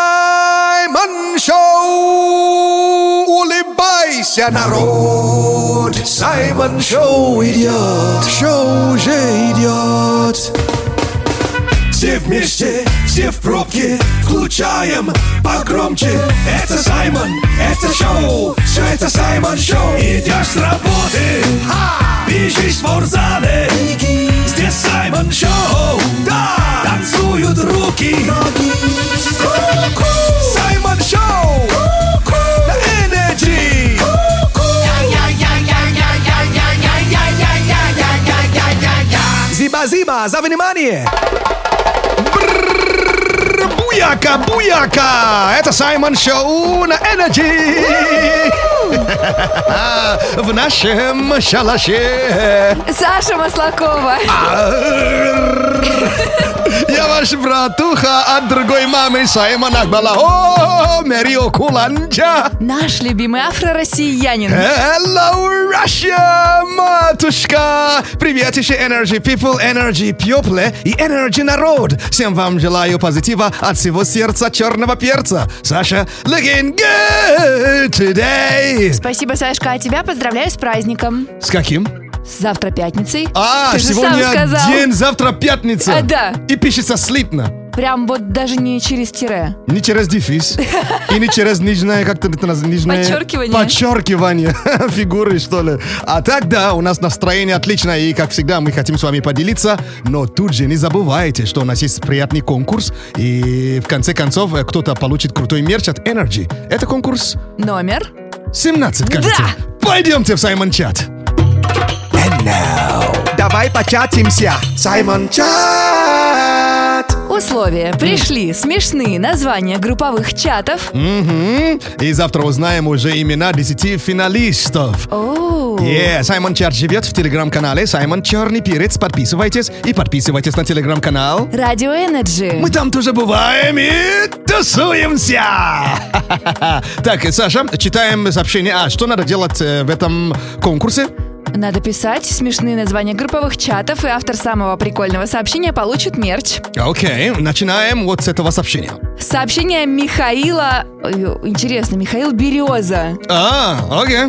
Саймон Шоу! Улыбайся, народ! Саймон Шоу идет! Шоу уже идет! Все вместе, все в пробке, включаем погромче. Это Саймон, это шоу, все это Саймон Шоу. Идешь с работы, бежишь в спортзале. Здесь Саймон Шоу, да, танцуют руки. Ку-ку. Саймон Шоу на Energy. Зиба-зиба, за внимание! Буяка, буяка! Это Саймон Шоу на Energy! В нашем шалаше. Саша Маслакова. Я ваш братуха от другой мамы Саймон Акбала. О, Мерио Куланджа. Наш любимый Э? афро-россиянин. Hello, Russia, матушка! Привет еще Energy People, Energy People и Energy Народ! Всем вам желаю позитива от всего сердца черного перца. Саша, looking good today! Спасибо, Сашка, а тебя поздравляю с праздником. С каким? Завтра пятницей. А, Ты же сегодня сам сказал. день, завтра пятница. А, да. И пишется слитно. Прям вот даже не через тире. Не через дефис. И не через нижнее, как-то это наз- нижнее... Подчеркивание. Подчеркивание фигуры, что ли. А так, да, у нас настроение отличное. И, как всегда, мы хотим с вами поделиться. Но тут же не забывайте, что у нас есть приятный конкурс. И, в конце концов, э, кто-то получит крутой мерч от Energy. Это конкурс Номер. 17, кажется. Пойдемте в Саймон Чат. Давай початимся. Саймон Чат. Условия. Пришли смешные названия групповых чатов. Мгм. И завтра узнаем уже имена 10 финалистов. Оу. Yeah, Саймон Чат живет в телеграм-канале Саймон Черный Перец. Подписывайтесь и подписывайтесь на телеграм-канал. Радио Энерджи. Мы там тоже бываем и тусуемся. Так, Саша, читаем сообщение. А что надо делать э, в этом конкурсе? Надо писать смешные названия групповых чатов, и автор самого прикольного сообщения получит мерч. Окей, начинаем вот с этого сообщения. Сообщение Михаила... Ой, Интересно, Михаил Береза. А, окей.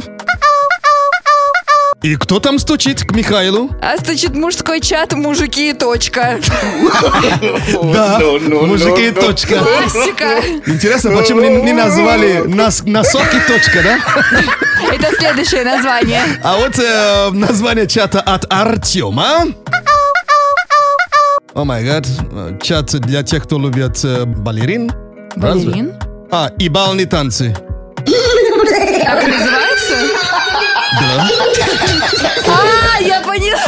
И кто там стучит к Михаилу? А значит, мужской чат, мужики и точка. Ну, Да, Ну, мужики, точка. Классика. Интересно, почему не, не назвали нас, носок и точка, да? Это следующее название. А вот э, название чата от Артема. О май гад. Э, Чат для тех, кто любит э, балерин. Разве? Балерин? А, и балные танцы. Так называется? Да. А, я поняла.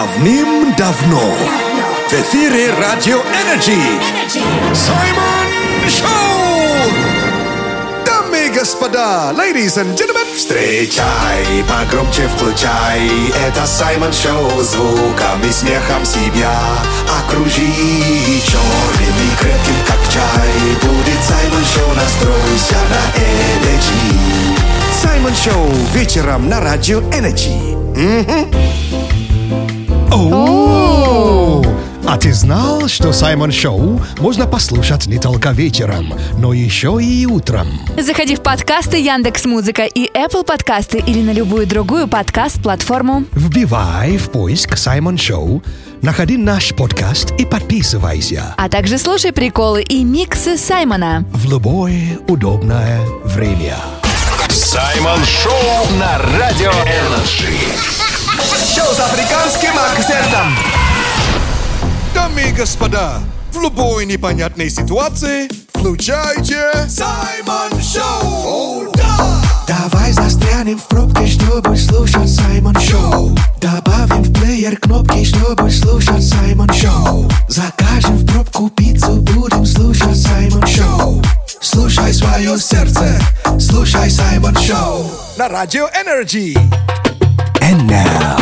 Давним-давно в эфире Радио Энерджи Саймон Шоу! Дамы и господа, ladies and gentlemen, встречай, погромче включай, это Саймон Шоу, звуком и смехом себя окружи. Черным и крепким, как чай, будет Саймон Шоу, настройся на Энерджи. Саймон Шоу вечером на Радио Энерджи. Оу! А ты знал, что Саймон Шоу можно послушать не только вечером, но еще и утром? Заходи в подкасты Яндекс Музыка и Apple подкасты или на любую другую подкаст-платформу. Вбивай в поиск Саймон Шоу, находи наш подкаст и подписывайся А также слушай приколы и миксы Саймона. в любое удобное время. Саймон Шоу на Радио Энерджи. Шоу с африканским акцентом. Дамы и господа, в любой непонятной ситуации включайте Саймон Шоу! Давай застрянем в пробке, чтобы слушать Саймон Шоу. Добавим в плеер кнопки, чтобы слушать Саймон Шоу. Закажем в пробку пиццу, будем слушать Саймон Шоу. Слушай свое сердце, слушай Саймон Шоу. На Радио Энерджи! And now,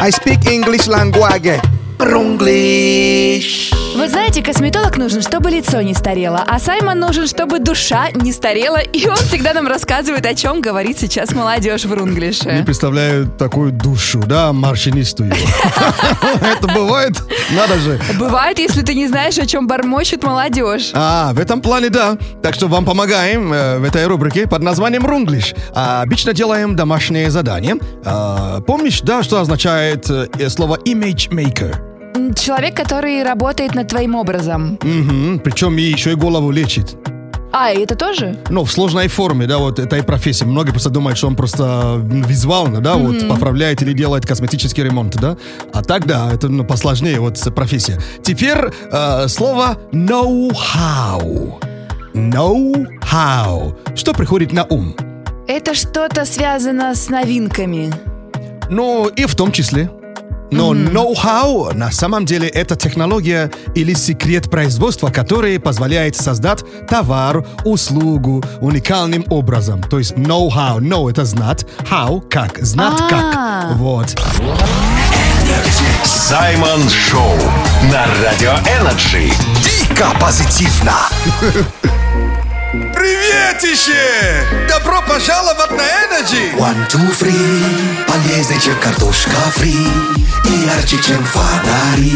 I speak English language. English. Вы знаете, косметолог нужен, чтобы лицо не старело, а Саймон нужен, чтобы душа не старела, и он всегда нам рассказывает, о чем говорит сейчас молодежь в Не Рунглише. представляю такую душу, да, морщинистую. Это бывает? Надо же. Бывает, если ты не знаешь, о чем бормочет молодежь. А, в этом плане да. Так что вам помогаем э, в этой рубрике под названием «Рунглиш». А, обычно делаем домашнее задание. А, помнишь, да, что означает э, слово «image maker»? М, Человек, который работает над твоим образом. Мгм, Причем и еще и голову лечит. А, и это тоже? Ну, в сложной форме, да, вот этой профессии. Многие просто думают, что он просто м, визуально, да, вот поправляет или делает косметический ремонт, да. А так, да, это ну, посложнее вот с- профессия. Теперь э, слово know-how. Know-how. Что приходит на ум? Это что-то связано с новинками. Ну, и в том числе. Но know-how на самом деле это технология или секрет производства, который позволяет создать товар, услугу уникальным образом. То есть know-how. Know это знать, how как, знать А. как. Вот. Саймон Шоу на Радио Энерджи. Дико позитивно. Приветище! Добро пожаловать на Energy! One, two, three. Полезнее, чем картошка фри. И ярче, чем фонари.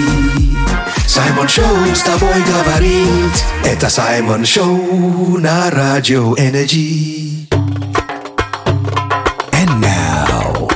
Саймон Шоу с тобой говорит. Это Саймон Шоу на радио Energy. And now.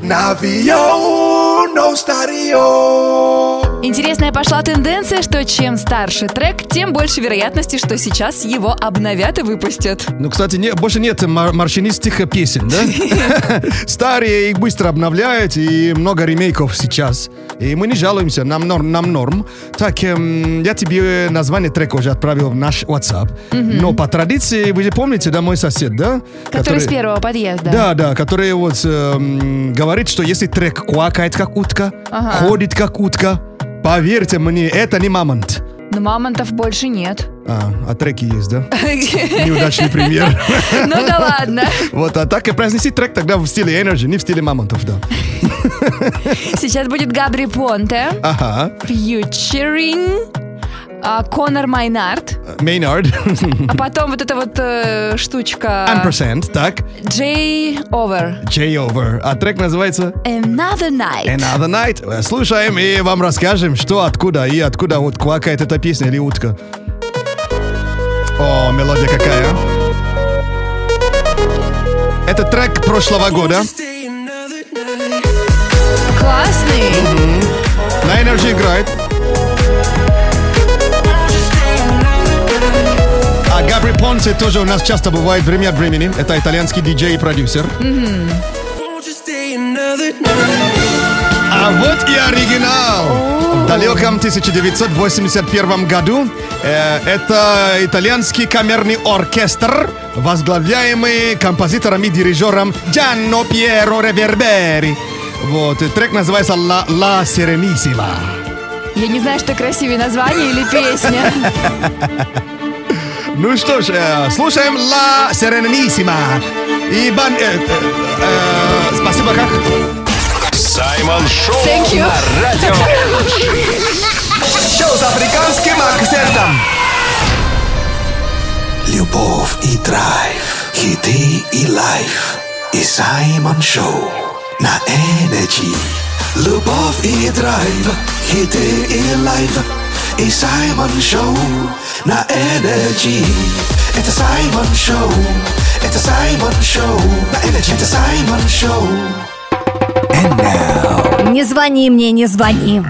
Navio no stario. Интересная пошла тенденция, что чем старше трек, тем больше вероятности, что сейчас его обновят и выпустят. Ну, кстати, не- больше нет мор- морщинистых э, песен, да? Старые их быстро обновляют, и много ремейков сейчас. И мы не жалуемся, нам норм. Нам норм. Так, эм, я тебе название трека уже отправил в наш WhatsApp. Но по традиции, вы же помните, да, мой сосед, да? Который, с первого подъезда. Да, да, который вот эм, говорит, что если трек квакает как утка, Ага. ходит как утка, поверьте мне, это не мамонт. Но мамонтов больше нет. А, а треки есть, да? Ну Неудачный пример. да ладно. Вот, а так и произнеси трек тогда в стиле Energy, не в стиле Мамонтов, да. Сейчас будет Габри Понте, Ага, фьючеринг, а, Конор Майнард, Maynard, а потом вот эта вот э, штучка Ampersand, так, Джей Овер. J Over, а трек называется Another Night. Another Night. Э, Слушаем и вам расскажем, что, откуда и откуда вот квакает эта песня или утка. О, мелодия какая. Это трек прошлого года. Классный. На Energy играет. А Габри Понте тоже у нас часто бывает время от времени. Это итальянский диджей и продюсер. А вот и оригинал. В далеком 1981 году э, это итальянский камерный оркестр, возглавляемый композитором и дирижером Джанно Пьеро Ревербери. Вот, и трек называется «La, La Serenissima». Я не знаю, что красивее название или песня. Ну что ж, э, слушаем «La Serenissima». И бан... э, э, э, спасибо, как? Саймон Шоу Thank you. на Радио Энерджи. Шоу с африканским акцентом. Любовь и драйв, хиты и лайф. И Саймон Шоу на Энерджи. Любовь и драйв, хиты и лайф. И Саймон Шоу на Энерджи. Это Саймон Шоу, это Саймон Шоу на Энерджи. Это Саймон Шоу. Не звони мне, не звони.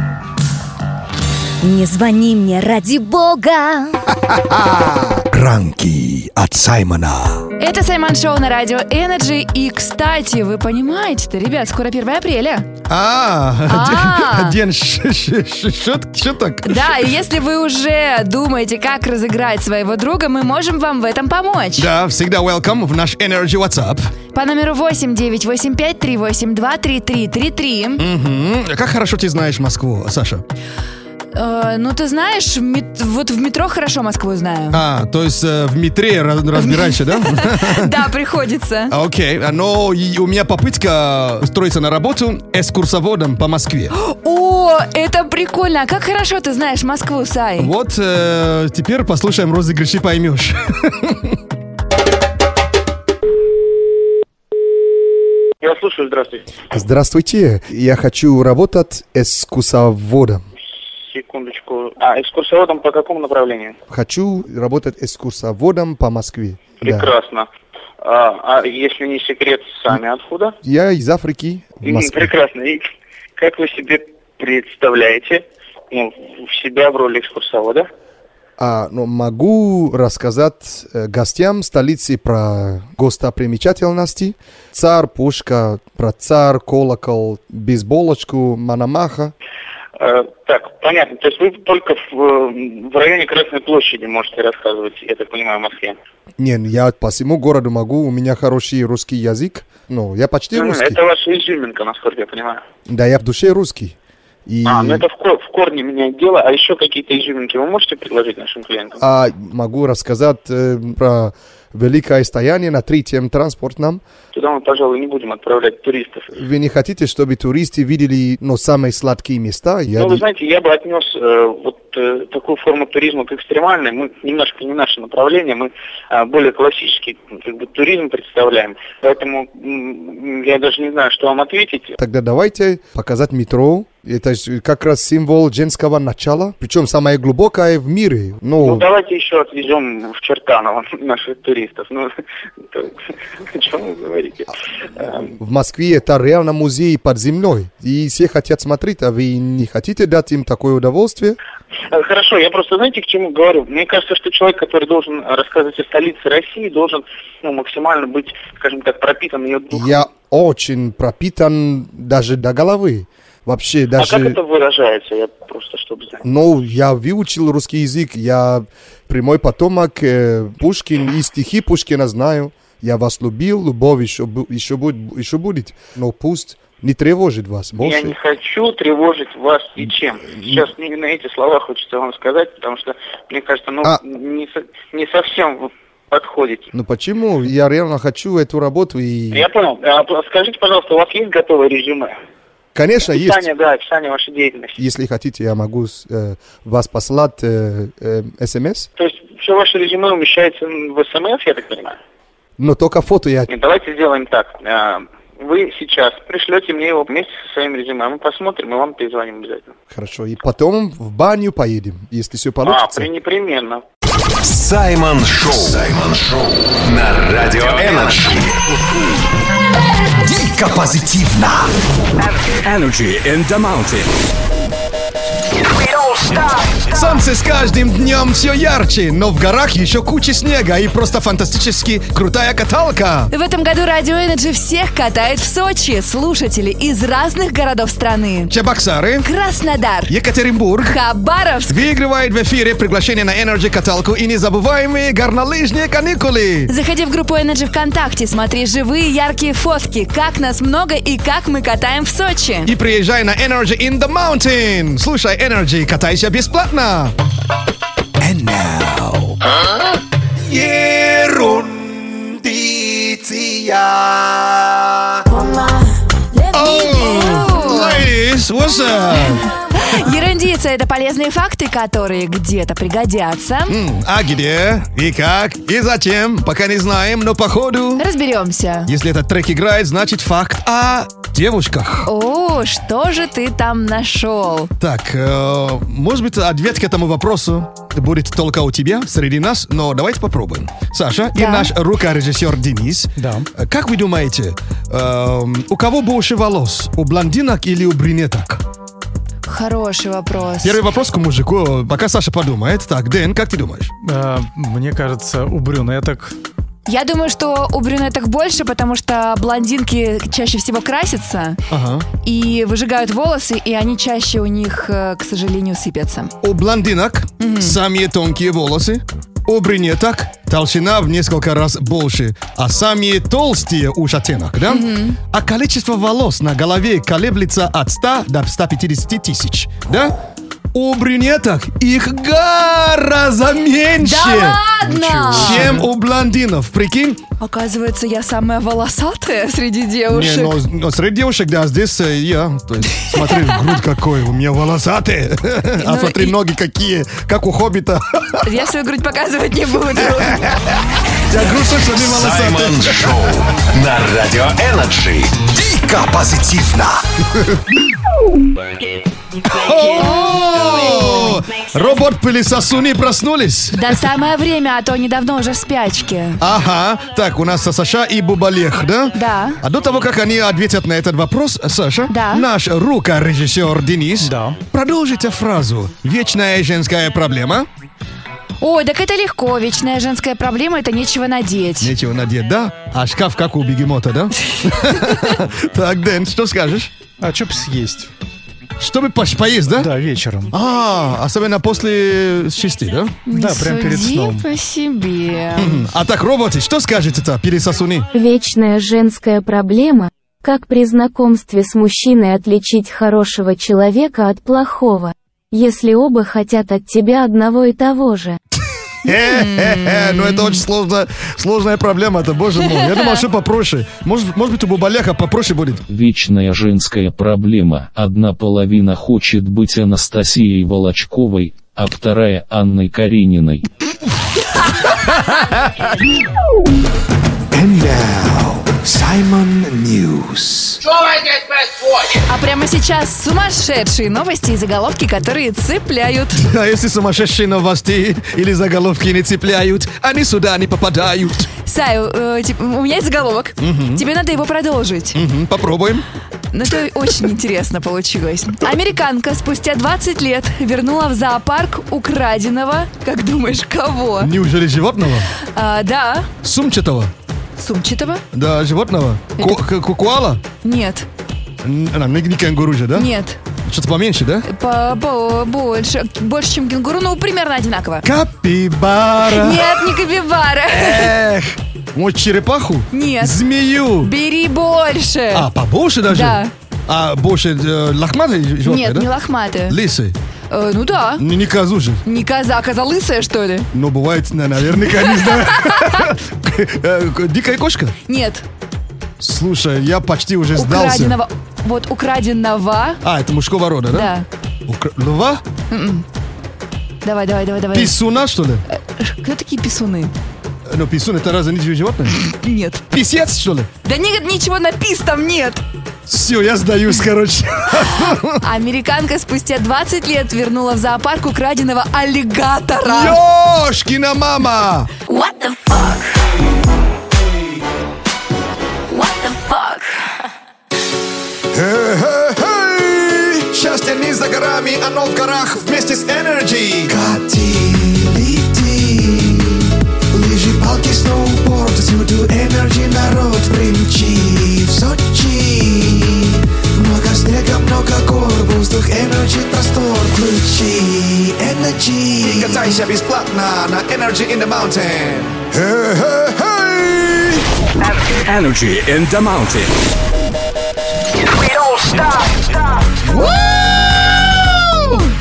Не звони мне, ради бога. Ранки от Саймона. Это Саймон Шоу на радио Energy. И, кстати, вы понимаете-то, ребят, скоро 1 апреля. А, А. день ш- ш- ш- шут- шуток. Да, и если вы уже думаете, как разыграть своего друга, мы можем вам в этом помочь. Да, всегда welcome в наш Energy WhatsApp. По номеру 8985-382-3333. М, а Как хорошо ты знаешь Москву, Саша. Э, ну, ты знаешь, мет- вот в метро хорошо Москву знаю. А, то есть э, в метре ра- разбираешься, да? Да, приходится. Окей, а, но и у меня попытка устроиться на работу экскурсоводом по Москве. О, О, это прикольно. А как хорошо ты знаешь Москву, Сай. Вот э, теперь послушаем розыгрыш и поймешь. Я слушаю, здравствуйте. Здравствуйте, я хочу работать экскурсоводом. Секундочку. А, экскурсоводом по какому направлению? Хочу работать экскурсоводом по Москве. Да. Прекрасно. А, а если не секрет, сами откуда? Я из Африки, в М, Москве. Прекрасно. И как вы себе представляете ну, в себя в роли экскурсовода? А, но могу рассказать э, гостям столицы про гостопримечательности. Цар, пушка, про цар, колокол, бейсболочку, мономаха. Э, так, понятно. То есть вы только в, э, в районе Красной площади можете рассказывать, я так понимаю, в Москве. Не, ну, я по всему городу могу, у меня хороший русский язык. Ну, я почти М, русский. Это ваша изюминка, насколько я понимаю. Да, я в душе русский. И... А, ну это в, ко- в корне меняет дело. А еще какие-то изюминки вы можете предложить нашим клиентам? А могу рассказать э, про великое стояние на третьем транспортном. Туда мы, пожалуй, не будем отправлять туристов. Вы не хотите, чтобы туристы видели ну, самые сладкие места? Я Ну, вы не- знаете, я бы отнес э, вот э, такую форму туризма к экстремальной. Мы немножко не наше направление, мы э, более классический м, как бы, туризм представляем. Поэтому м, я даже не знаю, что вам ответить. Тогда давайте показать метро. Это ж как раз символ женского начала, причем самое глубокое в мире. Ну, Ну, давайте еще отвезем в Чертаново наших туристов. Ну, то- о чем вы говорите? Э, в Москве это реально музей под землей. И все хотят смотреть, а вы не хотите дать им такое удовольствие? Э, Хорошо, я просто, знаете, к чему говорю? Мне кажется, что человек, который должен э, рассказывать о столице России, должен ну, максимально быть, скажем так, пропитан ее духом. Я очень пропитан даже до головы. Вообще А даже... как это выражается? Я просто, чтобы знать. Ну, я выучил русский язык, я прямой потомок э, Пушкин и стихи Пушкина знаю. Я вас любил, любовь еще, бу- еще, будет, еще будет, но пусть не тревожит вас Я не больше. хочу тревожить вас и чем. Сейчас мне именно эти слова хочется вам сказать, потому что, мне кажется, ну, А. не, со- не совсем вы подходите. Ну почему? Я реально хочу эту работу и... Я понял. А, п- скажите, пожалуйста, у вас есть готовое резюме? Конечно, есть. Описание, да, описание вашей деятельности. Если хотите, я могу с- э, вас послать э, э, смс, То есть все ваше резюме умещается м, в СМС, я так понимаю? но только фото я... Нет, давайте сделаем так. А, Вы сейчас пришлете мне его вместе со своим резюме, а мы посмотрим и вам перезвоним обязательно. Хорошо, и потом в баню поедем, если все А, получится. при непременно. Саймон Шоу. Саймон Шоу на Радио Энерджи. Дико позитивно. Energy in the mountain. Солнце с каждым днем все ярче, но в горах еще куча снега и просто фантастически крутая каталка. В этом году Радио Энерджи всех катает в Сочи. Слушатели из разных городов страны. Чебоксары, Краснодар, Екатеринбург Хабаровск, выигрывает в эфире приглашение на Energy каталку и незабываемые горнолыжные каникулы. Заходи в группу Energy ВКонтакте, смотри живые яркие фотки, как нас много и как мы катаем в Сочи. И приезжай на Energy in the Mountain. Слушай Energy, катайся бесплатно. Ерундиция. Oh, ladies, what's up? Ерундица – это полезные факты, которые где-то пригодятся. М, А где? И как? И зачем? Пока не знаем, но походу... Разберемся. Если этот трек играет, значит факт о девушках. О, что же ты там нашел? Так, э, может быть, ответ к этому вопросу будет только у тебя, среди нас, но давайте попробуем. Саша и Да. наш рукорежиссер Денис. Да. э, Как вы думаете, эм, у кого больше волос, у блондинок или у брюнеток? Хороший вопрос. Первый вопрос к мужику, пока Саша подумает. Так, Дэн, как ты думаешь? А, Uh, Мне кажется, у брюнеток Я думаю, что у брюнеток больше, потому что блондинки чаще всего красятся Ага. и выжигают волосы, и они чаще у них, э, к сожалению, сыпятся. У блондинок самые тонкие волосы, у брюнеток толщина в несколько раз больше, а самые толстые у шатенок, да? А количество волос на голове колеблется от 100 до 150 тысяч, да? у брюнеток их гораздо менье, Да Ну ладно! чем у блондинов. Прикинь? Оказывается, я самая волосатая среди девушек. Не, ну, но, ну, но среди девушек, да, здесь э, я. То есть, смотри, грудь какой, у меня волосатые. А Ну смотри, и- ноги какие, как у хоббита. Я свою грудь показывать не буду. Я грудь точно не волосатая. Саймон Шоу на Радио Энерджи. Дико позитивно. О! Робот-пылесосуны проснулись. Да самое время, а то недавно уже в спячке. Ага, так, у нас Саша и Бубалех, да? Да. А до того, как они ответят на этот вопрос, Саша, Да. наш рукорежиссер Денис, Да. продолжите фразу «Вечная женская проблема». Ой, так это легко. Вечная женская проблема — это нечего надеть. Нечего надеть, да? А шкаф как у бегемота, да? Так, Дэн, что скажешь? А что бы съесть? Чтобы пош- поесть, да? Да, вечером. А, особенно после шести, да? Да, Не прям перед суди сном. по себе. А так, роботы, что скажете-то, пересосуны? Вечная женская проблема. Как при знакомстве с мужчиной отличить хорошего человека от плохого? Если оба хотят от тебя одного и того же. Э-э-э, Ну это очень сложно, сложная проблема, это боже мой. Я думал, что попроще. Может, может быть, у Бубаляха попроще будет. Вечная женская проблема. Одна половина хочет быть Анастасией Волочковой, а вторая Анной Карениной. And now, Simon News. А прямо сейчас сумасшедшие новости и заголовки, которые цепляют. А если сумасшедшие новости или заголовки не цепляют, они сюда не попадают. Сай, э, тип- у меня есть заголовок. Тебе надо его продолжить. Мгм, Попробуем. Ну, это очень интересно получилось. Американка спустя 20 лет вернула в зоопарк украденного, как думаешь, кого? Неужели животного? А, да, Сумчатого? сумчатого? Да, животного. Ку- ку- ку- Куала? Нет, Н- она Не не кенгуру же, да? нет, Что-то поменьше, да? по- по- больше, больше, чем кенгуру, ну, примерно одинаково. Капибара. Нет, не капибара. Эх. Может, черепаху? Нет. Змею. Бери больше. А, побольше даже? Да. А больше э, лохматые животные, Нет, да? не лохматые. Лисы. Э, ну да. Не, не козу же. Не коза, коза лысая, что ли? Но бывает, на- наверняка, не знаю. Э, к- Дикая кошка? Нет. Слушай, я почти уже сдался. Украденного. Вот украденного. А, это мужского рода, да? Да. Укра- Льва? Давай, давай, давай, давай. Писуна, что ли? Кто такие писуны? Э, Ну, писун, это разве не животное? Нет. Писец, что ли? Да нет, ничего на пис там нет. Все, я сдаюсь, короче. Американка спустя 20 лет вернула в зоопарк украденного аллигатора. Ёшкина мама! Эй, Счастье не за горами, оно в горах вместе с Energy. Кати, лети, лыжи, палки, сноуборд, всюду Energy народ примчи в Сочи. Много снега, много гор, воздух, Energy, простор, включи Energy. И катайся бесплатно на Energy in the Mountain. Эй-эй-эй! Energy in the mountain.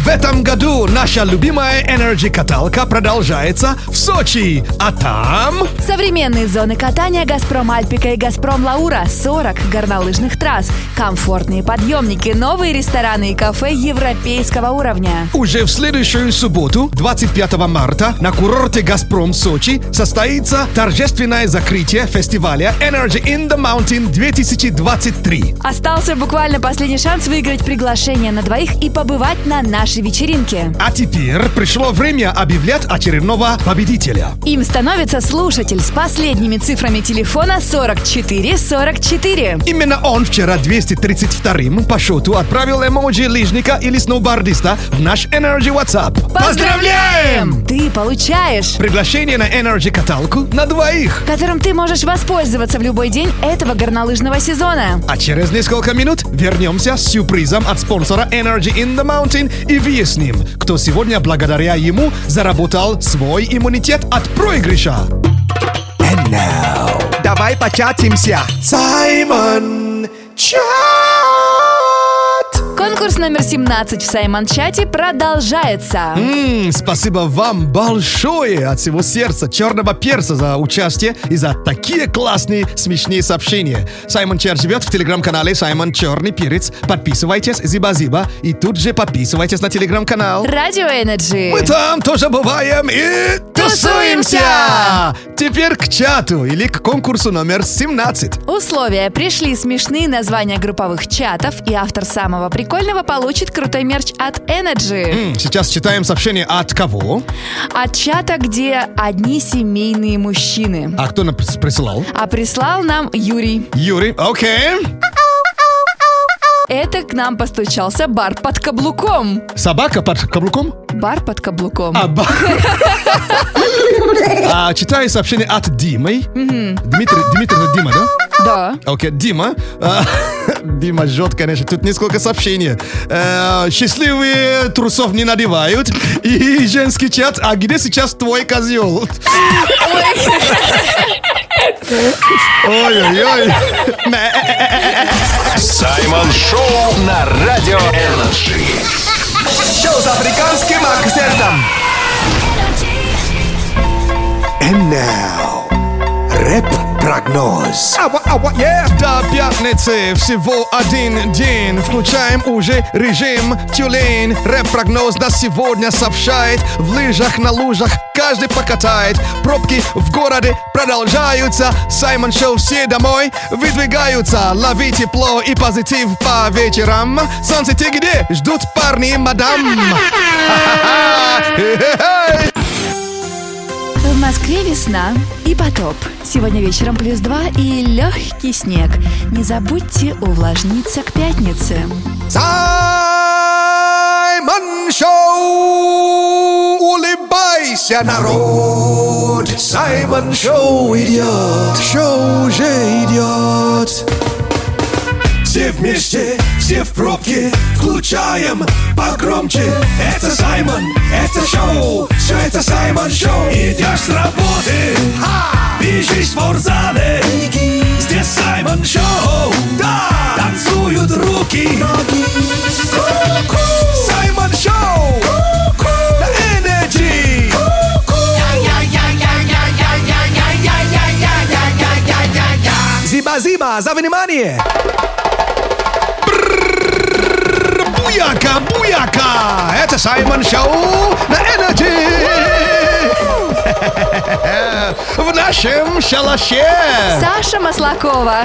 В этом году наша любимая Energy каталка продолжается в Сочи. А там... Современные зоны катания «Газпром Альпика» и «Газпром Лаура» 40 горнолыжных трасс, комфортные подъемники, новые рестораны и кафе европейского уровня. Уже в следующую субботу, 25 марта, на курорте «Газпром» Сочи состоится торжественное закрытие фестиваля Energy in the Mountain 2023. Остался буквально последний шанс выиграть приглашение на двоих и побывать на нашей вечеринке. А теперь пришло время объявлять очередного победителя. Им становится слушатель с последними цифрами телефона 4444. Именно он вчера 232-м по счету отправил эмоджи лыжника или сноубордиста в наш Energy WhatsApp. Поздравляем! Ты получаешь Приглашение на Energy каталку на двоих. которым ты можешь воспользоваться в любой день этого горнолыжного сезона. А через несколько минут вернемся с сюрпризом от спонсора Energy in the Mountain и выясним, кто сегодня благодаря ему заработал свой иммунитет от проигрыша. Давай початимся. Саймон Чат. Конкурс номер 17 в Саймон-чате продолжается. М, спасибо вам большое от всего сердца черного перца за участие и за такие классные смешные сообщения. Саймон Чер живет в телеграм-канале Саймон Черный Перец. Подписывайтесь, зиба-зиба, и тут же подписывайтесь на телеграм-канал. Радио Energy. Мы там тоже бываем и тусуемся! Теперь к чату или к конкурсу номер 17. Условия. Пришли смешные названия групповых чатов, и автор самого прикольного получит крутой мерч от Energy. М, Сейчас читаем сообщение от кого? От чата, где одни семейные мужчины. А кто нам прис- присылал? А прислал нам Юрий. Юрий, окей. Это к нам постучался бар под каблуком. Собака под каблуком? Бар под каблуком. А, ба- А, читаю сообщение от Димы. Мгм. Дмитрий, Дмитрий, это Дима, да? Да. Окей, Дима. А, Дима жжет, конечно. Тут несколько сообщений. Э, счастливые трусов не надевают. И женский чат. А где сейчас твой козел? Ой-ой-ой. Саймон Шоу на Радио Энерджи. Шоу с африканским акцентом. And now, рэп-прогноз. До пятницы всего один день. Включаем уже режим тюлень. Рэп-прогноз на сегодня сообщает. В лыжах, на лужах каждый покатает. Пробки в городе продолжаются. Саймон Шоу все домой выдвигаются. Лови тепло и позитив по вечерам. Солнце те где? Ждут парни и мадам. Хе-хе-хей. В Москве весна и потоп. Сегодня вечером плюс 2 и легкий снег. Не забудьте увлажниться к пятнице. Саймон Шоу! Улыбайся, народ! Саймон Шоу идет! Шоу уже идет! Все вместе, все в пробке, включаем погромче. Это Саймон, это шоу, все это Саймон Шоу. Идешь с работы, бежишь в спортзале. Здесь Саймон Шоу, да, танцуют руки. Ку-ку. Саймон Шоу, на Energy. Зиба-зиба, за внимание! Буяка, буяка! Это Саймон Шоу на Energy! В нашем шалаше! Саша Маслакова.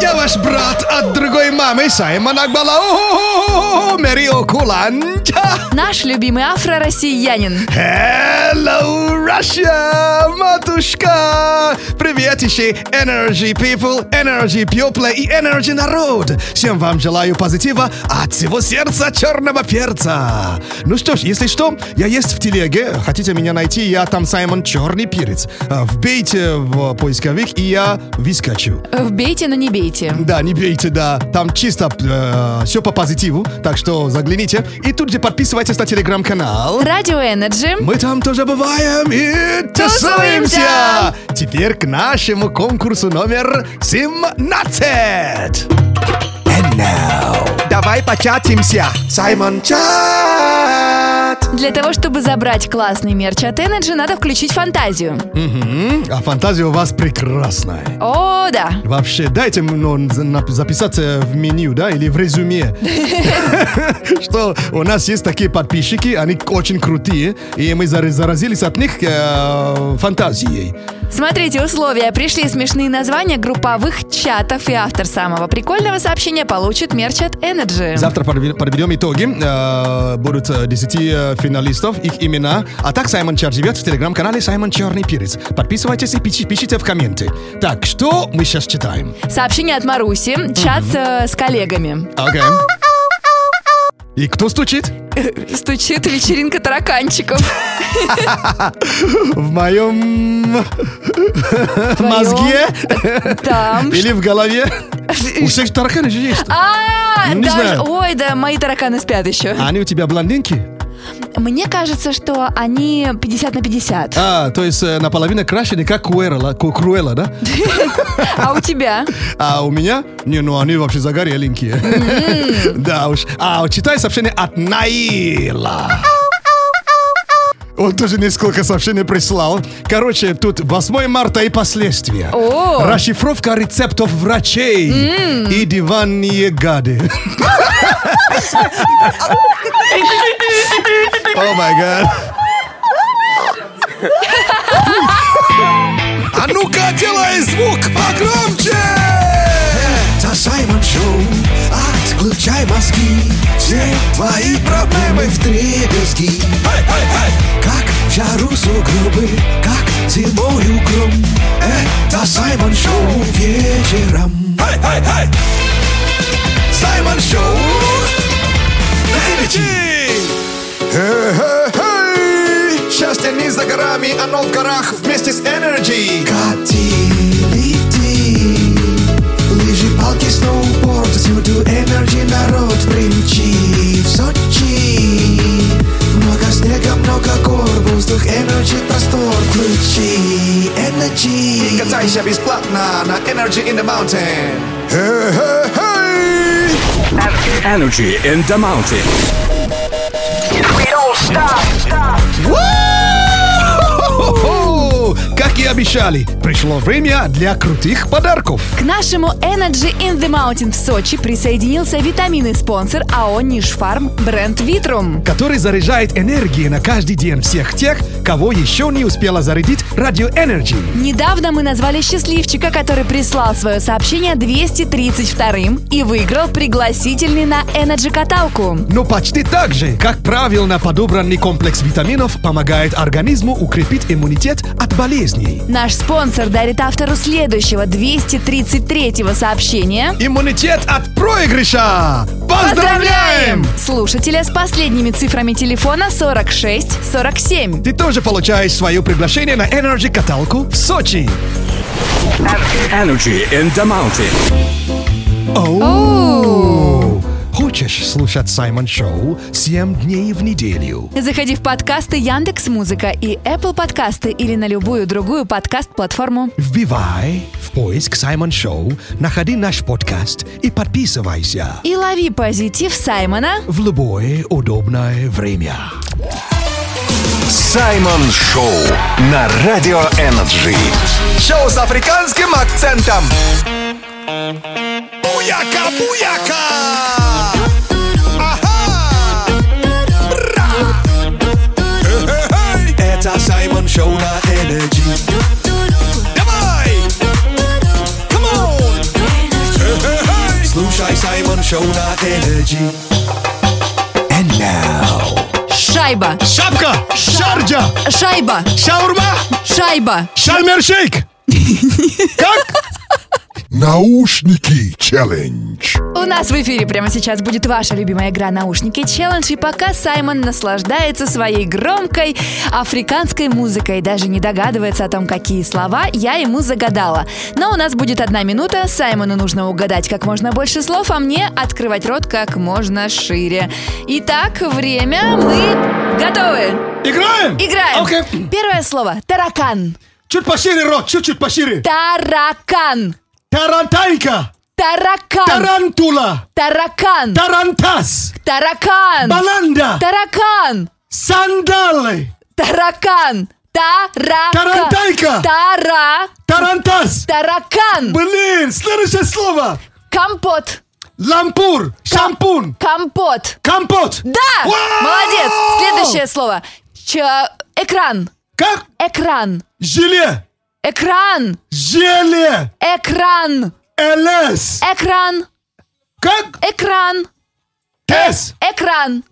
Я ваш брат от другой мамы, Саймон Акбала. Мэрио Куланча. Наш любимый афро-россиянин. Hello, Russia, матушка! Привет еще Energy People, Energy People и Energy Народ! Всем вам желаю позитива от всего сердца черного перца! Ну что ж, если что, я есть в телеге, хотите меня найти, я там Саймон Черный Перец. А, Вбейте в поисковик, и я выскочу. Вбейте, но не бейте. Да, не бейте, да. Там чисто все по позитиву, так что загляните. И тут же подписывайтесь на телеграм-канал. Радио Энерджи. Мы там тоже бываем и Тусуемся! тусуемся! Теперь к нашему конкурсу номер 17! Давай початимся. Саймон Чат. Для того, чтобы забрать классный мерч от Energy, надо включить фантазию. Мгм. А фантазия у вас прекрасная. О, да. Вообще, дайте мне, ну, за- нап- записаться в меню, да, или в резюме, что у нас есть такие подписчики, они очень крутые, и мы зар- заразились от них э, фантазией. Смотрите, условия. Пришли смешные названия групповых чатов, и автор самого прикольного сообщения получит мерч от Energy. Завтра подве- подведем итоги. Э, Будут э, 10 э, финалистов, их имена. А так Саймон Чар живет в телеграм-канале Саймон Черный Перец. Подписывайтесь и пиши- пишите в комменты. Так, что мы сейчас читаем? Сообщение от Маруси, чат э, с коллегами. Окей. И кто стучит? Стучит вечеринка тараканчиков. В моем мозге Там. или в голове? У всех тараканы же есть. Ну, А, Не даже- знаю. Ой, да, мои тараканы спят еще. А они у тебя блондинки? Мне кажется, что они 50 на 50. А, то есть э, наполовину крашены, как Куэла, Круэлла, да? А у тебя? А у меня? Не, ну они вообще загореленькие. Да уж. А, читай сообщение от Наила. Он тоже несколько сообщений прислал. Короче, тут 8 марта и последствия. О. Расшифровка рецептов врачей и диванные гады. О май гад. А ну-ка, делай звук погромче! Это Саймон Шоу, отключай мозги, все твои проблемы в дребезги. Как в жару сугробы, как зимою гром, это Саймон Шоу вечером. Саймон Шоу на Energy. Э, Эй-эй-эй! э, Счастье не за горами, оно в горах вместе с Energy. Кати, лети, лыжи, палки, сноуборд, всюду Energy народ примчи в Сочи. Много снега, много гор, воздух, Energy, простор, включи Energy. И катайся бесплатно на Energy in the Mountain. Эй-эй-эй! Energy in the mountain. Ву-ху-ху-ху! Как и обещали, пришло время для крутых подарков. К нашему Energy in the Mountain в Сочи присоединился витаминный спонсор АО Нишфарм бренд Витрум. который заряжает энергией на каждый день всех тех, кого еще не успела зарядить радио Energy. Недавно мы назвали счастливчика, который прислал свое сообщение 232-м и выиграл пригласительный на Energy каталку. Но почти так же, как правильно подобранный комплекс витаминов помогает организму укрепить иммунитет от болезней. Наш спонсор дарит автору следующего 233-го сообщения. Иммунитет от проигрыша! Поздравляем! Слушателя с последними цифрами телефона 4647. Ты тоже получаешь свое приглашение на Energy каталку в Сочи. Energy in the mountain. Оу. Хочешь слушать Саймон Шоу 7 дней в неделю? Заходи в подкасты Яндекс Музыка и Apple Подкасты или на любую другую подкаст-платформу. Вбивай в поиск Саймон Шоу, находи наш подкаст и подписывайся. И лови позитив Саймона в любое удобное время. Саймон Шоу на Радио Энерджи. Шоу с африканским акцентом. Буяка, буяка! Ага! Бра! Э-э-эй! Это Саймон Шоу на Энерджи. Давай! Come on! Э-э-эй! Слушай Саймон Шоу на Энерджи. And now... Шайба. Шапка! Шарджа! Шайба. Шаурма! Шайба. Шальмершейк! Наушники челлендж. У нас в эфире прямо сейчас будет ваша любимая игра «Наушники Челлендж». И пока Саймон наслаждается своей громкой африканской музыкой, даже не догадывается о том, какие слова я ему загадала. Но у нас будет одна минута. Саймону нужно угадать как можно больше слов, а мне открывать рот как можно шире. Итак, время. Мы готовы. Играем? Играем. Окей. Первое слово. Таракан. Чуть пошире рот, чуть-чуть пошире. Таракан. Тарантайка! Таракан. Тарантула! Таракан. Тарантас! Таракан. Баланда! Таракан. Сандалы! Таракан. Таракан. Тарантайка. Тара. Тарантас! Таракан. Блин, следующее слово! Компот. Лампур! Шампунь! Компот. Компот! Да! Вау! Молодец! Следующее слово. Ч- экран. Как? Экран. Желе! Экран. Желе! Экран. ЛС! Экран. Как? Экран. Тес! Экран.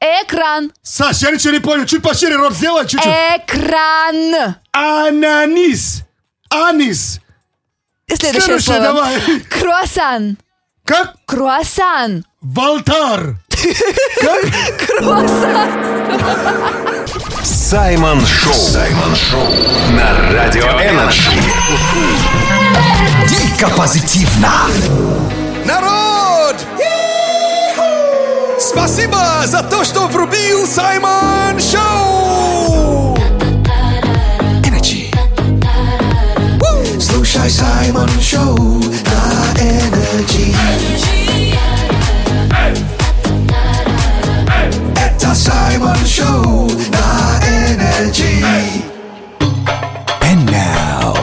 Экран. Саш, я ничего не понял. Чуть пошире рот сделай, чуть-чуть. Э. Экран. Ананис! Анис! Следующее Следующее слово. давай. Круассан. Как? Круассан. Валтар! Как? Круассан. Саймон Шоу. Саймон Шоу на Радио Энерджи. Дико позитивно. Народ! С Спасибо за то, что врубил Саймон Шоу! Energy. Woo! Слушай Саймон Шоу на Energy. Это Саймон Шоу на Energy. And now...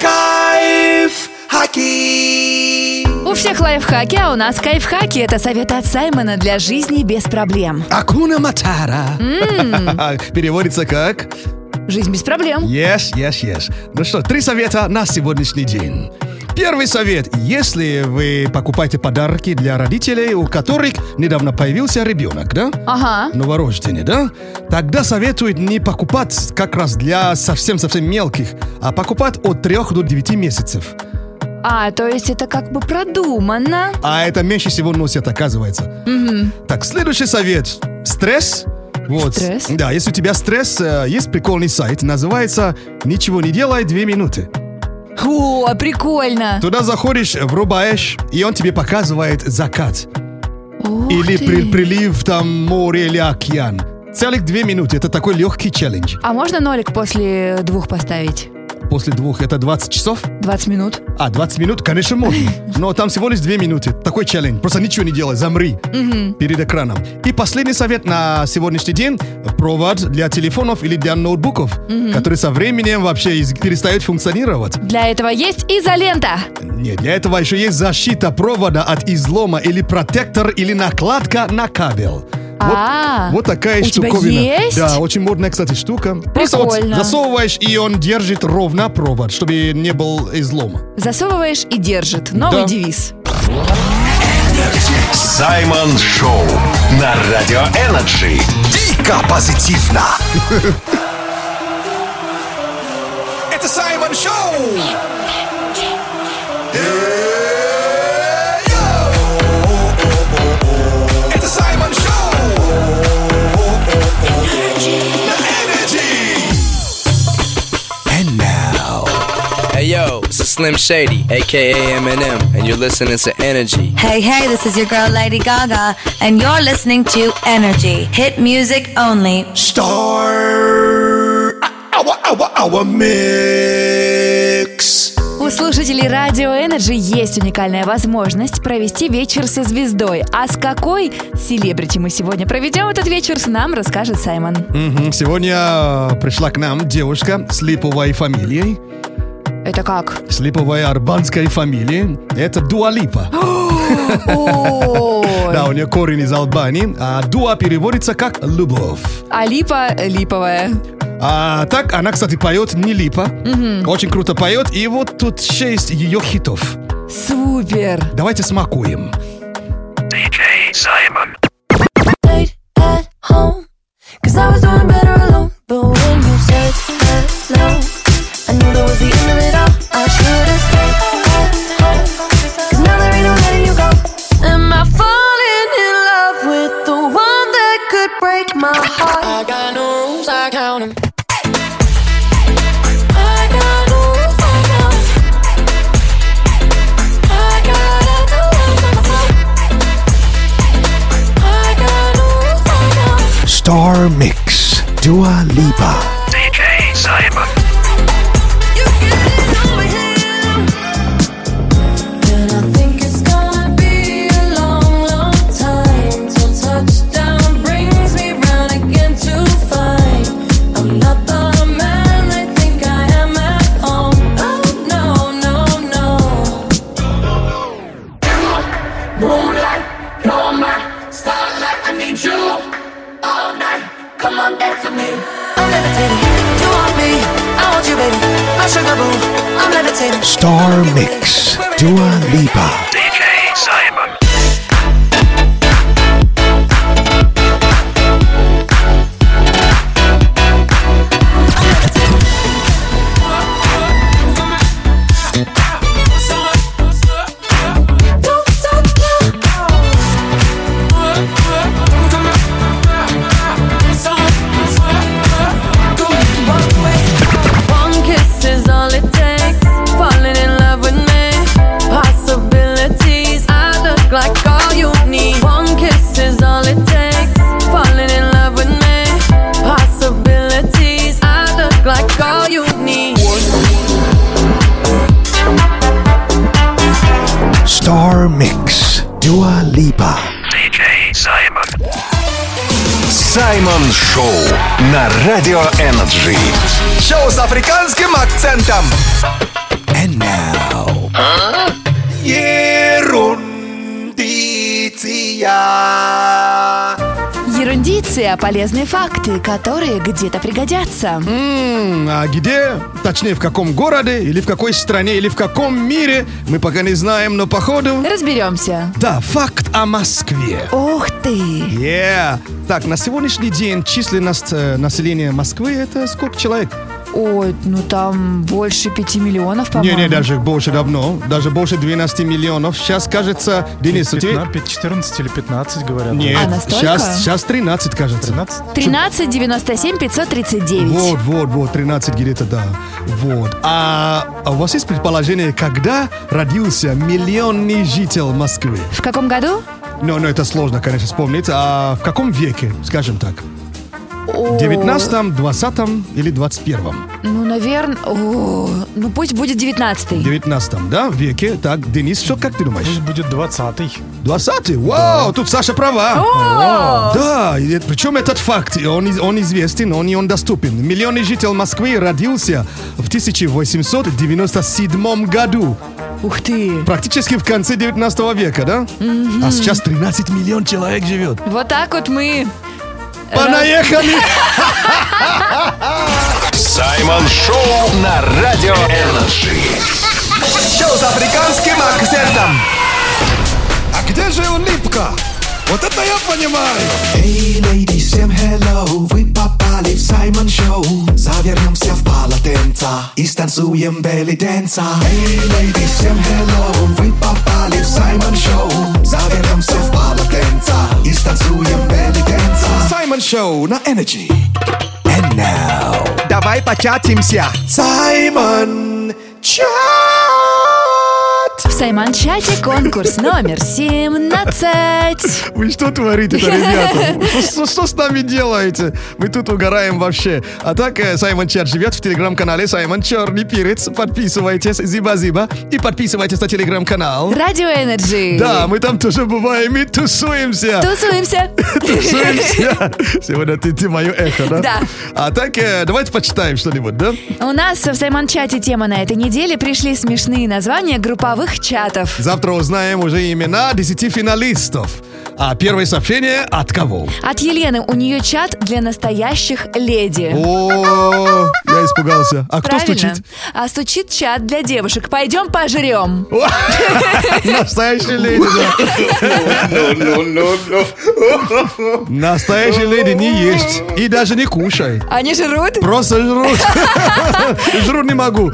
Кайф Хаки! У всех лайфхаки, а у нас кайфхаки. Это советы от Саймона для жизни без проблем. Акуна Матара. Переводится как? Жизнь без проблем. Yes, yes, yes. Ну что, три совета на сегодняшний день. Первый совет. Если вы покупаете подарки для родителей, у которых недавно появился ребенок, да? Ага. Новорожденный, да? Тогда советуют не покупать как раз для совсем-совсем мелких, а покупать от 3 до 9 месяцев. А, то есть это как бы продумано. А это меньше всего носят, оказывается. Мгм. Так, следующий совет. Стресс. Вот. Стресс? Да, если у тебя стресс, э, есть прикольный сайт, называется «Ничего не делай, две минуты». О, прикольно. Туда заходишь, врубаешь, и он тебе показывает закат. Ух или ты. при- прилив там море или океан. Целых две минуты. Это такой легкий челлендж. А можно нолик после двух поставить? После двух это 20 часов. 20 минут? А, 20 минут, конечно, можно. Но там всего лишь две минуты. Такой челлендж. Просто ничего не делай, замри. Мгм. перед экраном. И последний совет на сегодняшний день – провод для телефонов или для ноутбуков, Мгм. который со временем вообще из- перестает функционировать. Для этого есть изолента. Нет, для этого еще есть защита провода от излома или протектор или накладка на кабель. Вот, А, вот такая у тебя штуковина. есть? Да, очень модная, кстати, штука. Просто вот Прикольно. засовываешь, и он держит ровно провод, чтобы не был излома. Засовываешь и держит. Новый Да. девиз. Саймон Шоу на Радио Энерджи. Дико позитивно. Это Саймон Шоу. Это Саймон Шоу. And now. Hey yo, this is Slim Shady, aka Eminem, and you're listening to Energy. Hey, hey, this is your girl Lady Gaga, and you're listening to Energy. Hit music only. Star. Our, our, our mix. У слушателей Радио Energy есть уникальная возможность провести вечер со звездой. А с какой селебрити мы сегодня проведем этот вечер, с нам расскажет Саймон. Мгм. Сегодня э, пришла к нам девушка с липовой фамилией. Это как? С липовой арбанской фамилией. Это Дуалипа. Да, у нее корень из Албании. А Дуа переводится как «любовь». А липа э, липовая. А так она, кстати, поет не липа. Мгм. Очень круто поет. И вот тут шесть ее хитов. Супер. Давайте смакуем. Cause I was doing better alone. But when you said hello, I knew that was the end of it all. I should've stayed at home. Cause now there ain't no letting you go. Am I falling in love with the one that could break my heart? I got no rules, I count 'em. I got no rules, I count 'em. I got other ones on my phone. I got no rules, I count 'em. Star Mix Dua Lipa. DJ Simon. And I think it's gonna be a long, long time till touchdown brings me round again to find I'm not the man I think I am at home. Oh no, no, no. Moonlight, you're my starlight. I need you all night. Come on, dance with me. I'm levitating. You want me? I want you, baby. My sugar boo. I'm levitating. Star Mix Dua Lipa. DJ Simon. One kiss is all it takes. Falling in love with me. Possibility Саймон Шоу на Радио Энерджи. Шоу с африканским акцентом. And now. Ерундиция. Ерундиция – а полезные факты, которые где-то пригодятся. М, А где, точнее, в каком городе, или в какой стране, или в каком мире, мы пока не знаем, но походу... Разберемся. Да, факт о Москве. Ух ты! Yeah. Так, на сегодняшний день численность э, населения Москвы это сколько человек? Ой, ну там больше пяти миллионов, по-моему. Не-не, даже больше давно, даже больше 12 миллионов. Сейчас, кажется, Денис, у тебя... 14 или 15, говорят. Нет, А, настолько? сейчас, сейчас 13, кажется. 13? 13 97 539. Вот, вот, вот, 13 где-то, да. Вот. А у вас есть предположение, когда родился миллионный житель Москвы? В каком году? Ну, ну, это сложно, конечно, вспомнить. А в каком веке, скажем так? О, 19 20 или 21 Ну, наверное... Ну, пусть будет 19 19 да, веке. Так, Денис, что, как ты думаешь? Будет 20 20 Вау, тут Саша права. О! Да, и это- причем этот факт, и он, из- он известен, он и он доступен. Миллионный житель Москвы родился в 1897 году. Ух ты! Практически в конце 19 века, да? А сейчас 13 миллион человек живет. Вот так вот мы... Понаехали! Саймон Шоу на Радио Энерджи. Шоу с африканским акцентом. А где же улыбка? Вот это я понимаю. Эй, леди, всем hello Вы попали в Саймон Шоу Завернемся в полотенца И станцуем белли денса Эй, леди, всем hello Вы попали в Саймон Шоу Завернемся в полотенца И станцуем белли денса Саймон Шоу на Energy. And now. Давай початимся. Саймон Чат. В Саймон-чате конкурс номер 17. Вы что творите ребята? Что, что- что с нами делаете? Мы тут угораем вообще. А так, э, Саймон Чер живет в телеграм-канале Саймон Черный Перец. Подписывайтесь, зиба-зиба. И подписывайтесь на телеграм-канал. Радио Энерджи. Да, мы там тоже бываем и тусуемся. Тусуемся. Тусуемся. Сегодня ты, ты мое эхо, да? Да. А так, э, давайте почитаем что-нибудь, да? У нас в Саймон-чате тема на этой неделе пришли смешные названия групповых чатов. Завтра узнаем уже имена 10 финалистов. А первое сообщение от кого? От Елены у нее чат для настоящих леди. О, я испугался. А кто Правильно? стучит? А стучит чат для девушек. Пойдем пожрем. Настоящая леди, Ну, да. Настоящая леди не есть и даже не кушай. Они жрут? Просто жрут. Жрут не могу.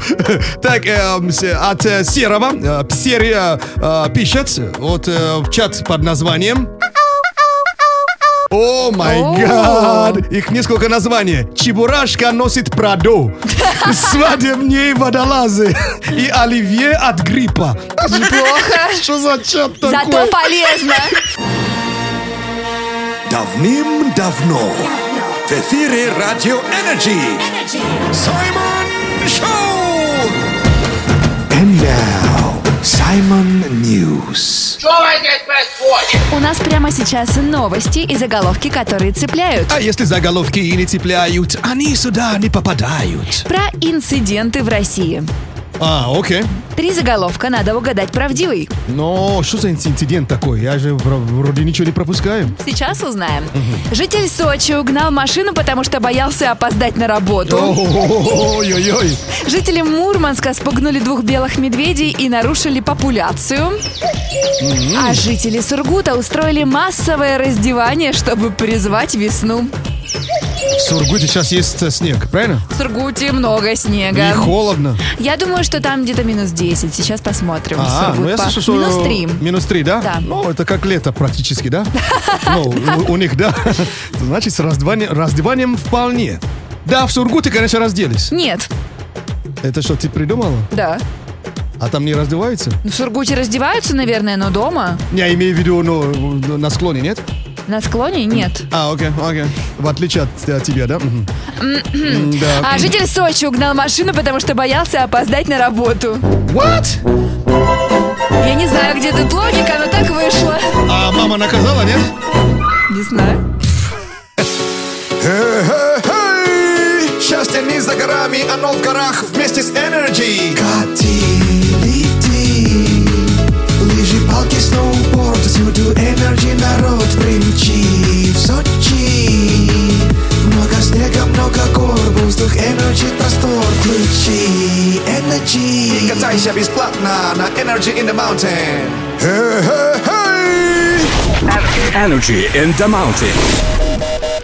Так, эм, с- от э, Серого. э, Серия э, пишет вот э, в чат под названием... О май О. гад! Их несколько названий. Чебурашка носит Прадо. Свадебные водолазы. И оливье от гриппа. Неплохо. Что за чат такой? Зато полезно. Давным-давно в эфире Радио Energy. Саймон Шоу. And now Simon News У нас прямо сейчас новости и заголовки, которые цепляют. А если заголовки и не цепляют, они сюда не попадают. Про инциденты в России. А, окей. Три заголовка, надо угадать правдивый. Но что за инци- инцидент такой? Я же вро- вроде ничего не пропускаю. Сейчас узнаем. Житель Сочи угнал машину, потому что боялся опоздать на работу. Ой-ой-ой. Жители Мурманска спугнули двух белых медведей и нарушили популяцию. А жители Сургута устроили массовое раздевание, чтобы призвать весну. В Сургуте сейчас есть э, снег, правильно? В Сургуте много И снега. холодно. Я думаю, что там где-то минус 10. Сейчас посмотрим. А, Сургут ну я по- слышу, что... Минус 3. Минус 3, да? Да. Ну, это как лето практически, да? Ну, у- у них, да. Значит, с раздевани- раздеванием вполне. Да, в Сургуте, конечно, разделись. Нет, Это что, ты придумала? да. А там не раздеваются? Ну, В Сургуте раздеваются, наверное, но дома. Я имею в виду, ну, на склоне, нет? На склоне нет. А, окей, окей. В отличие от, э, тебя, да? Мгм. М, да. А житель Сочи угнал машину, потому что боялся опоздать на работу. What? Я не знаю, где тут логика, но так вышло. А мама наказала, нет? Не знаю. оно в горах вместе с Energy. Кати, лети Лыжи, палки, сноуборд Всюду энерджи народ Примчи в Сочи Много снега, много гор Воздух, энерджи, простор Включи энерджи И катайся бесплатно на Energy in the Mountain. Хе-хе-хей! Energy in the mountain.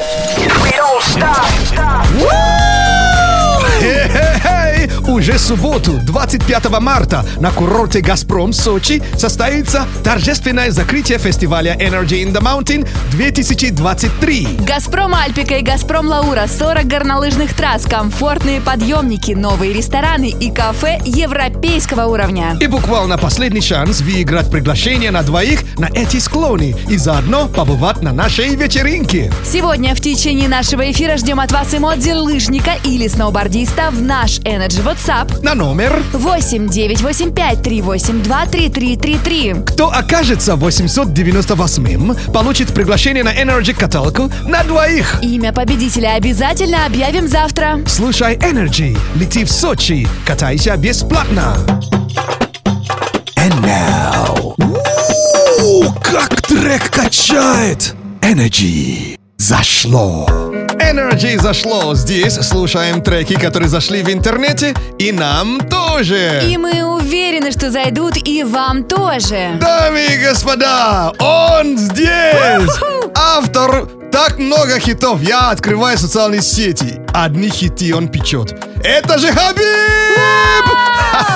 Хе-хе-хей! Уже в субботу, 25 марта, на курорте «Газпром» Сочи состоится торжественное закрытие фестиваля Energy in the Mountain 2023. «Газпром Альпика» и «Газпром Лаура» 40 горнолыжных трасс, комфортные подъемники, новые рестораны и кафе европейского уровня. И буквально последний шанс выиграть приглашение на двоих на эти склоны и заодно побывать на нашей вечеринке. Сегодня в течение нашего эфира ждем от вас эмодзи лыжника или сноубордиста в наш Energy WhatsApp на номер 8985 382 3333. Кто окажется 898-м, получит приглашение на Energy каталку на двоих. Имя победителя обязательно объявим завтра. Слушай Energy, лети в Сочи, катайся бесплатно. О, как трек качает! Energy зашло. Energy зашло. Здесь слушаем треки, которые зашли в интернете, и нам тоже. И мы уверены, что зайдут и вам тоже. Дамы и господа, он здесь! Автор так много хитов. Я открываю социальные сети. Одни хиты он печет. Это же Хабиб!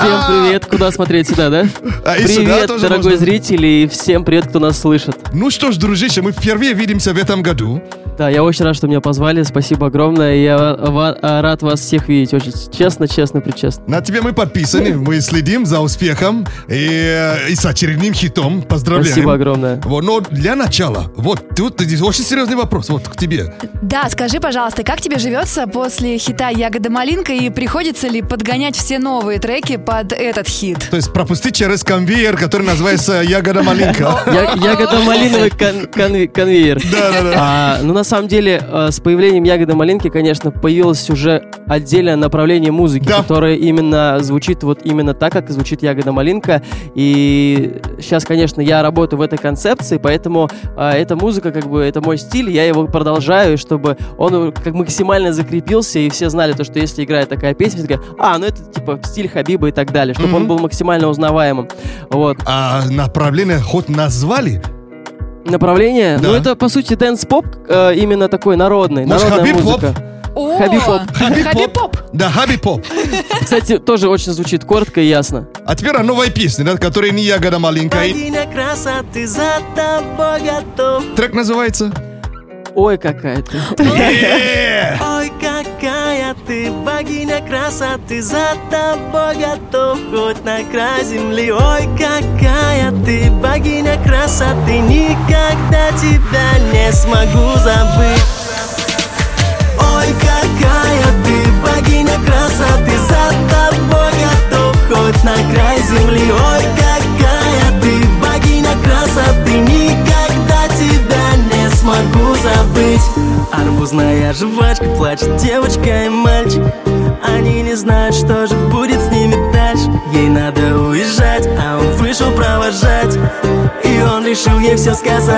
Всем привет, куда смотреть сюда, да? А, и привет, сюда тоже дорогой можно. зритель, и всем привет, кто нас слышит. Ну что ж, дружище, мы впервые видимся в этом году. Да, я очень рад, что меня позвали, спасибо огромное, я ва- а, рад вас всех видеть, очень честно, честно, причестно. На тебе мы подписаны, мы следим за успехом и, э, и с очередным хитом. Поздравляем. Спасибо огромное. Вот, но для начала, вот тут здесь очень серьезный вопрос, вот к тебе. Да, скажи, пожалуйста, как тебе живется после хита «Ягода малинка» и приходится ли подгонять все новые треки под этот хит? То есть пропусти через конвейер, который называется «Ягода малинка». Я- Ягода малиновый кон- конве- конвейер. Да-да-да. А, ну, на самом деле, э, с появлением ягоды малинки, конечно, появилось уже отдельное направление музыки, которое именно звучит вот именно так, как звучит ягода малинка. И сейчас, конечно, я работаю в этой концепции, поэтому э, эта музыка, как бы, это мой стиль, я его продолжаю, чтобы он э, как максимально закрепился, и все знали то, что если играет такая песня, все такая, а, ну это типа стиль Хабиба и так далее, чтобы он был максимально узнаваемым. Вот. А направление хоть назвали? Направление? Да. Ну, это, по сути, дэнс-поп, э, именно такой народный, Может, народная хабиб-поп? музыка. О, Хаби-поп. Хаби-поп. Да, хаби-поп. Кстати, тоже очень звучит коротко и ясно. А теперь о новой песне, да, которая не «Ягода малинка». И красоты за тобой готов. Трек называется? Ой, какая ты. Ой, какая ты богиня красоты, за тобой готов хоть на край земли. Ой, какая ты богиня красоты, никогда тебя не смогу забыть. Ой, какая ты богиня красоты, за тобой готов хоть на край земли. Ой, какая ты богиня красоты, никогда тебя не смогу забыть. Арбузная жвачка, плачет девочка и мальчик. Они не знают, что же будет с ними дальше. Ей надо уезжать, а он вышел провожать. И он решил ей все сказать.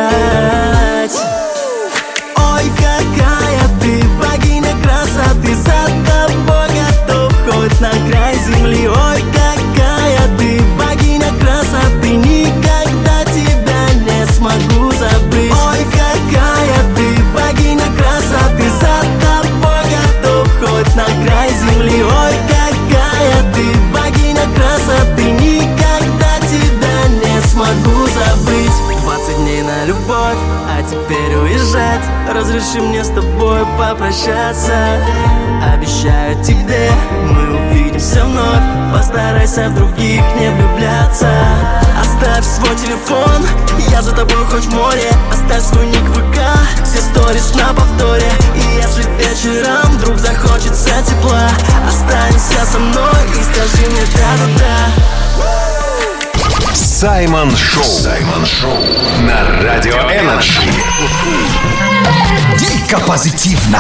Ой, какая ты богиня красоты, за тобой готов хоть на край земли. Ой, какая ты богиня красоты, никогда тебя не смогу забыть. Ой, какая ты богиня красоты, за тобой готов хоть на край земли. Ой, какая ты богиня красоты, никогда тебя не смогу забыть. 20 дней на любовь, а теперь уезжать Разреши мне с тобой попрощаться Обещаю тебе, мы увидимся вновь Постарайся в других не влюбляться Оставь свой телефон, я за тобой хоть в море Оставь свой ник в ВК, все сторис на повторе И если вечером вдруг захочется тепла Останься со мной и скажи мне да-да-да Саймон Шоу. Саймон Шоу. На Радио Энерджи. Дико позитивно.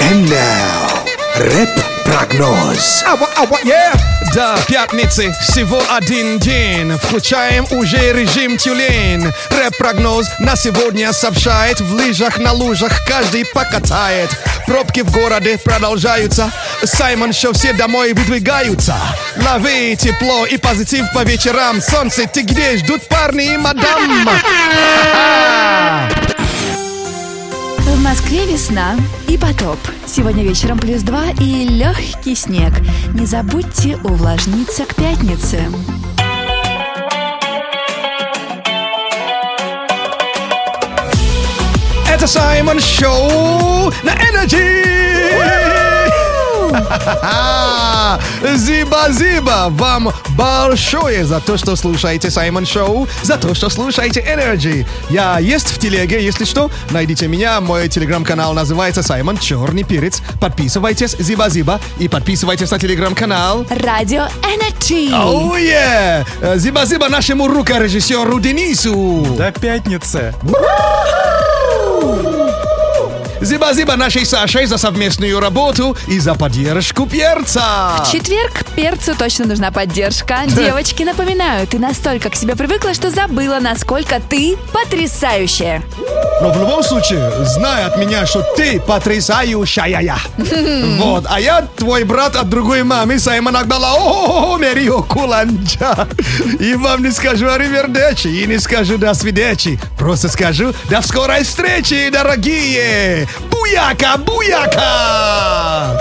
And now, Рэп-прогноз. До пятницы всего один день. Включаем уже режим тюлень. Рэп-прогноз на сегодня сообщает. В лыжах, на лужах каждый покатает. Пробки в городе продолжаются. Саймон Шоу все домой выдвигаются. Лови тепло и позитив по вечерам. Солнце, ты где? Ждут парни и мадам. В Москве весна и потоп. Сегодня вечером плюс 2 и легкий снег. Не забудьте увлажниться к пятнице. Это Саймон Шоу на Energy! Зиба-зиба! Вам большое за то, что слушаете Саймон Шоу, за то, что слушаете Energy. Я есть в телеге, если что, найдите меня. Мой телеграм-канал называется Саймон Черный Перец. Подписывайтесь, Зиба-зиба, и подписывайтесь на телеграм-канал. Радио Energy. Оуе! Э, Зиба-зиба нашему рукорежиссеру Денису! До пятницы! Зиба-зиба нашей Сашей за совместную работу и за поддержку перца! В четверг перцу точно нужна поддержка. Девочки, напоминаю, ты настолько к себе привыкла, что забыла, насколько ты потрясающая. Но в любом случае, знай от меня, что ты потрясающая я. Вот, а я твой брат от другой мамы Саймон Агдала. О, Мерио Куланджа. И вам не скажу аривердечи, и не скажу до свидечи. Просто скажу до скорой встречи, дорогие. Буяка, буяка.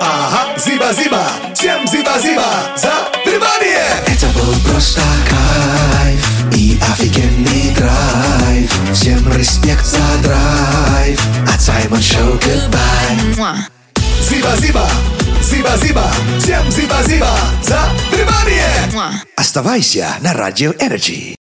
Ага, зиба-зиба, всем зиба-зиба за внимание! Это был просто кайф и офигенный драйв. Всем респект за драйв. От Саймон Шоу goodbye. Зиба-зиба, зиба-зиба, всем зиба-зиба за внимание! Оставайся на Радио Энерджи.